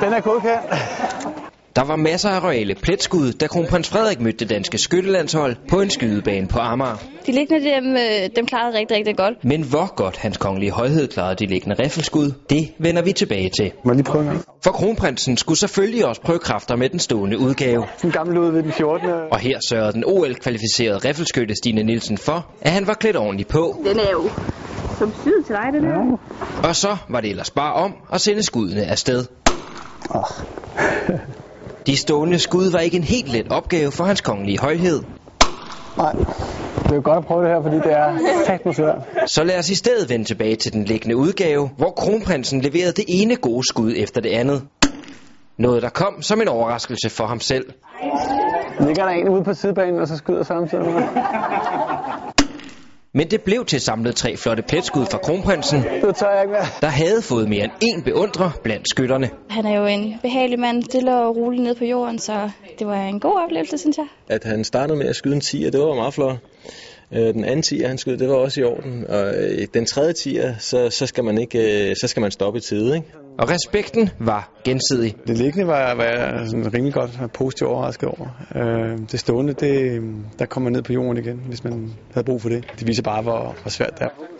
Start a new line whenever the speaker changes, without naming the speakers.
Den er godkendt.
Der var masser af royale pletskud, da kronprins Frederik mødte det danske skyttelandshold på en skydebane på Amager.
De liggende, dem, øh, dem klarede rigtig, rigtig godt.
Men hvor godt hans kongelige højhed klarede de liggende riffelskud, det vender vi tilbage til.
Må jeg lige prøve en gang.
For kronprinsen skulle selvfølgelig også prøve kræfter med den stående udgave.
Den gamle lod ved den 14.
Og her sørgede den OL-kvalificerede riffelskytte Stine Nielsen for, at han var klædt ordentligt på.
Den er jo som syd til dig, den her.
Og så var det ellers bare om at sende skuddene afsted.
Oh.
De stående skud var ikke en helt let opgave for hans kongelige højhed.
Nej, det er jo godt at prøve det her, fordi det er sagt svært.
Så lad os i stedet vende tilbage til den liggende udgave, hvor kronprinsen leverede det ene gode skud efter det andet. Noget, der kom som en overraskelse for ham selv.
Ligger der en ude på sidebanen, og så skyder samtidig med.
Men det blev til samlet tre flotte pletskud fra kronprinsen,
Det tør jeg ikke mere.
der havde fået mere end én beundrer blandt skytterne.
Han er jo en behagelig mand, stille og roligt ned på jorden, så det var en god oplevelse, synes jeg.
at han startede med at skyde en 10'er, det var meget flot. Øh, Den anden 10'er, han skød, det var også i orden. Og øh, den tredje 10'er, så, så, skal man ikke, øh, så skal man stoppe i tide, ikke?
Og respekten var gensidig.
Det liggende var, var jeg sådan rimelig godt og positivt overrasket over. Øh, det stående, det, øh, der kommer ned på jorden igen, hvis man havde brug for det. Det viser bare, hvor, hvor svært det er.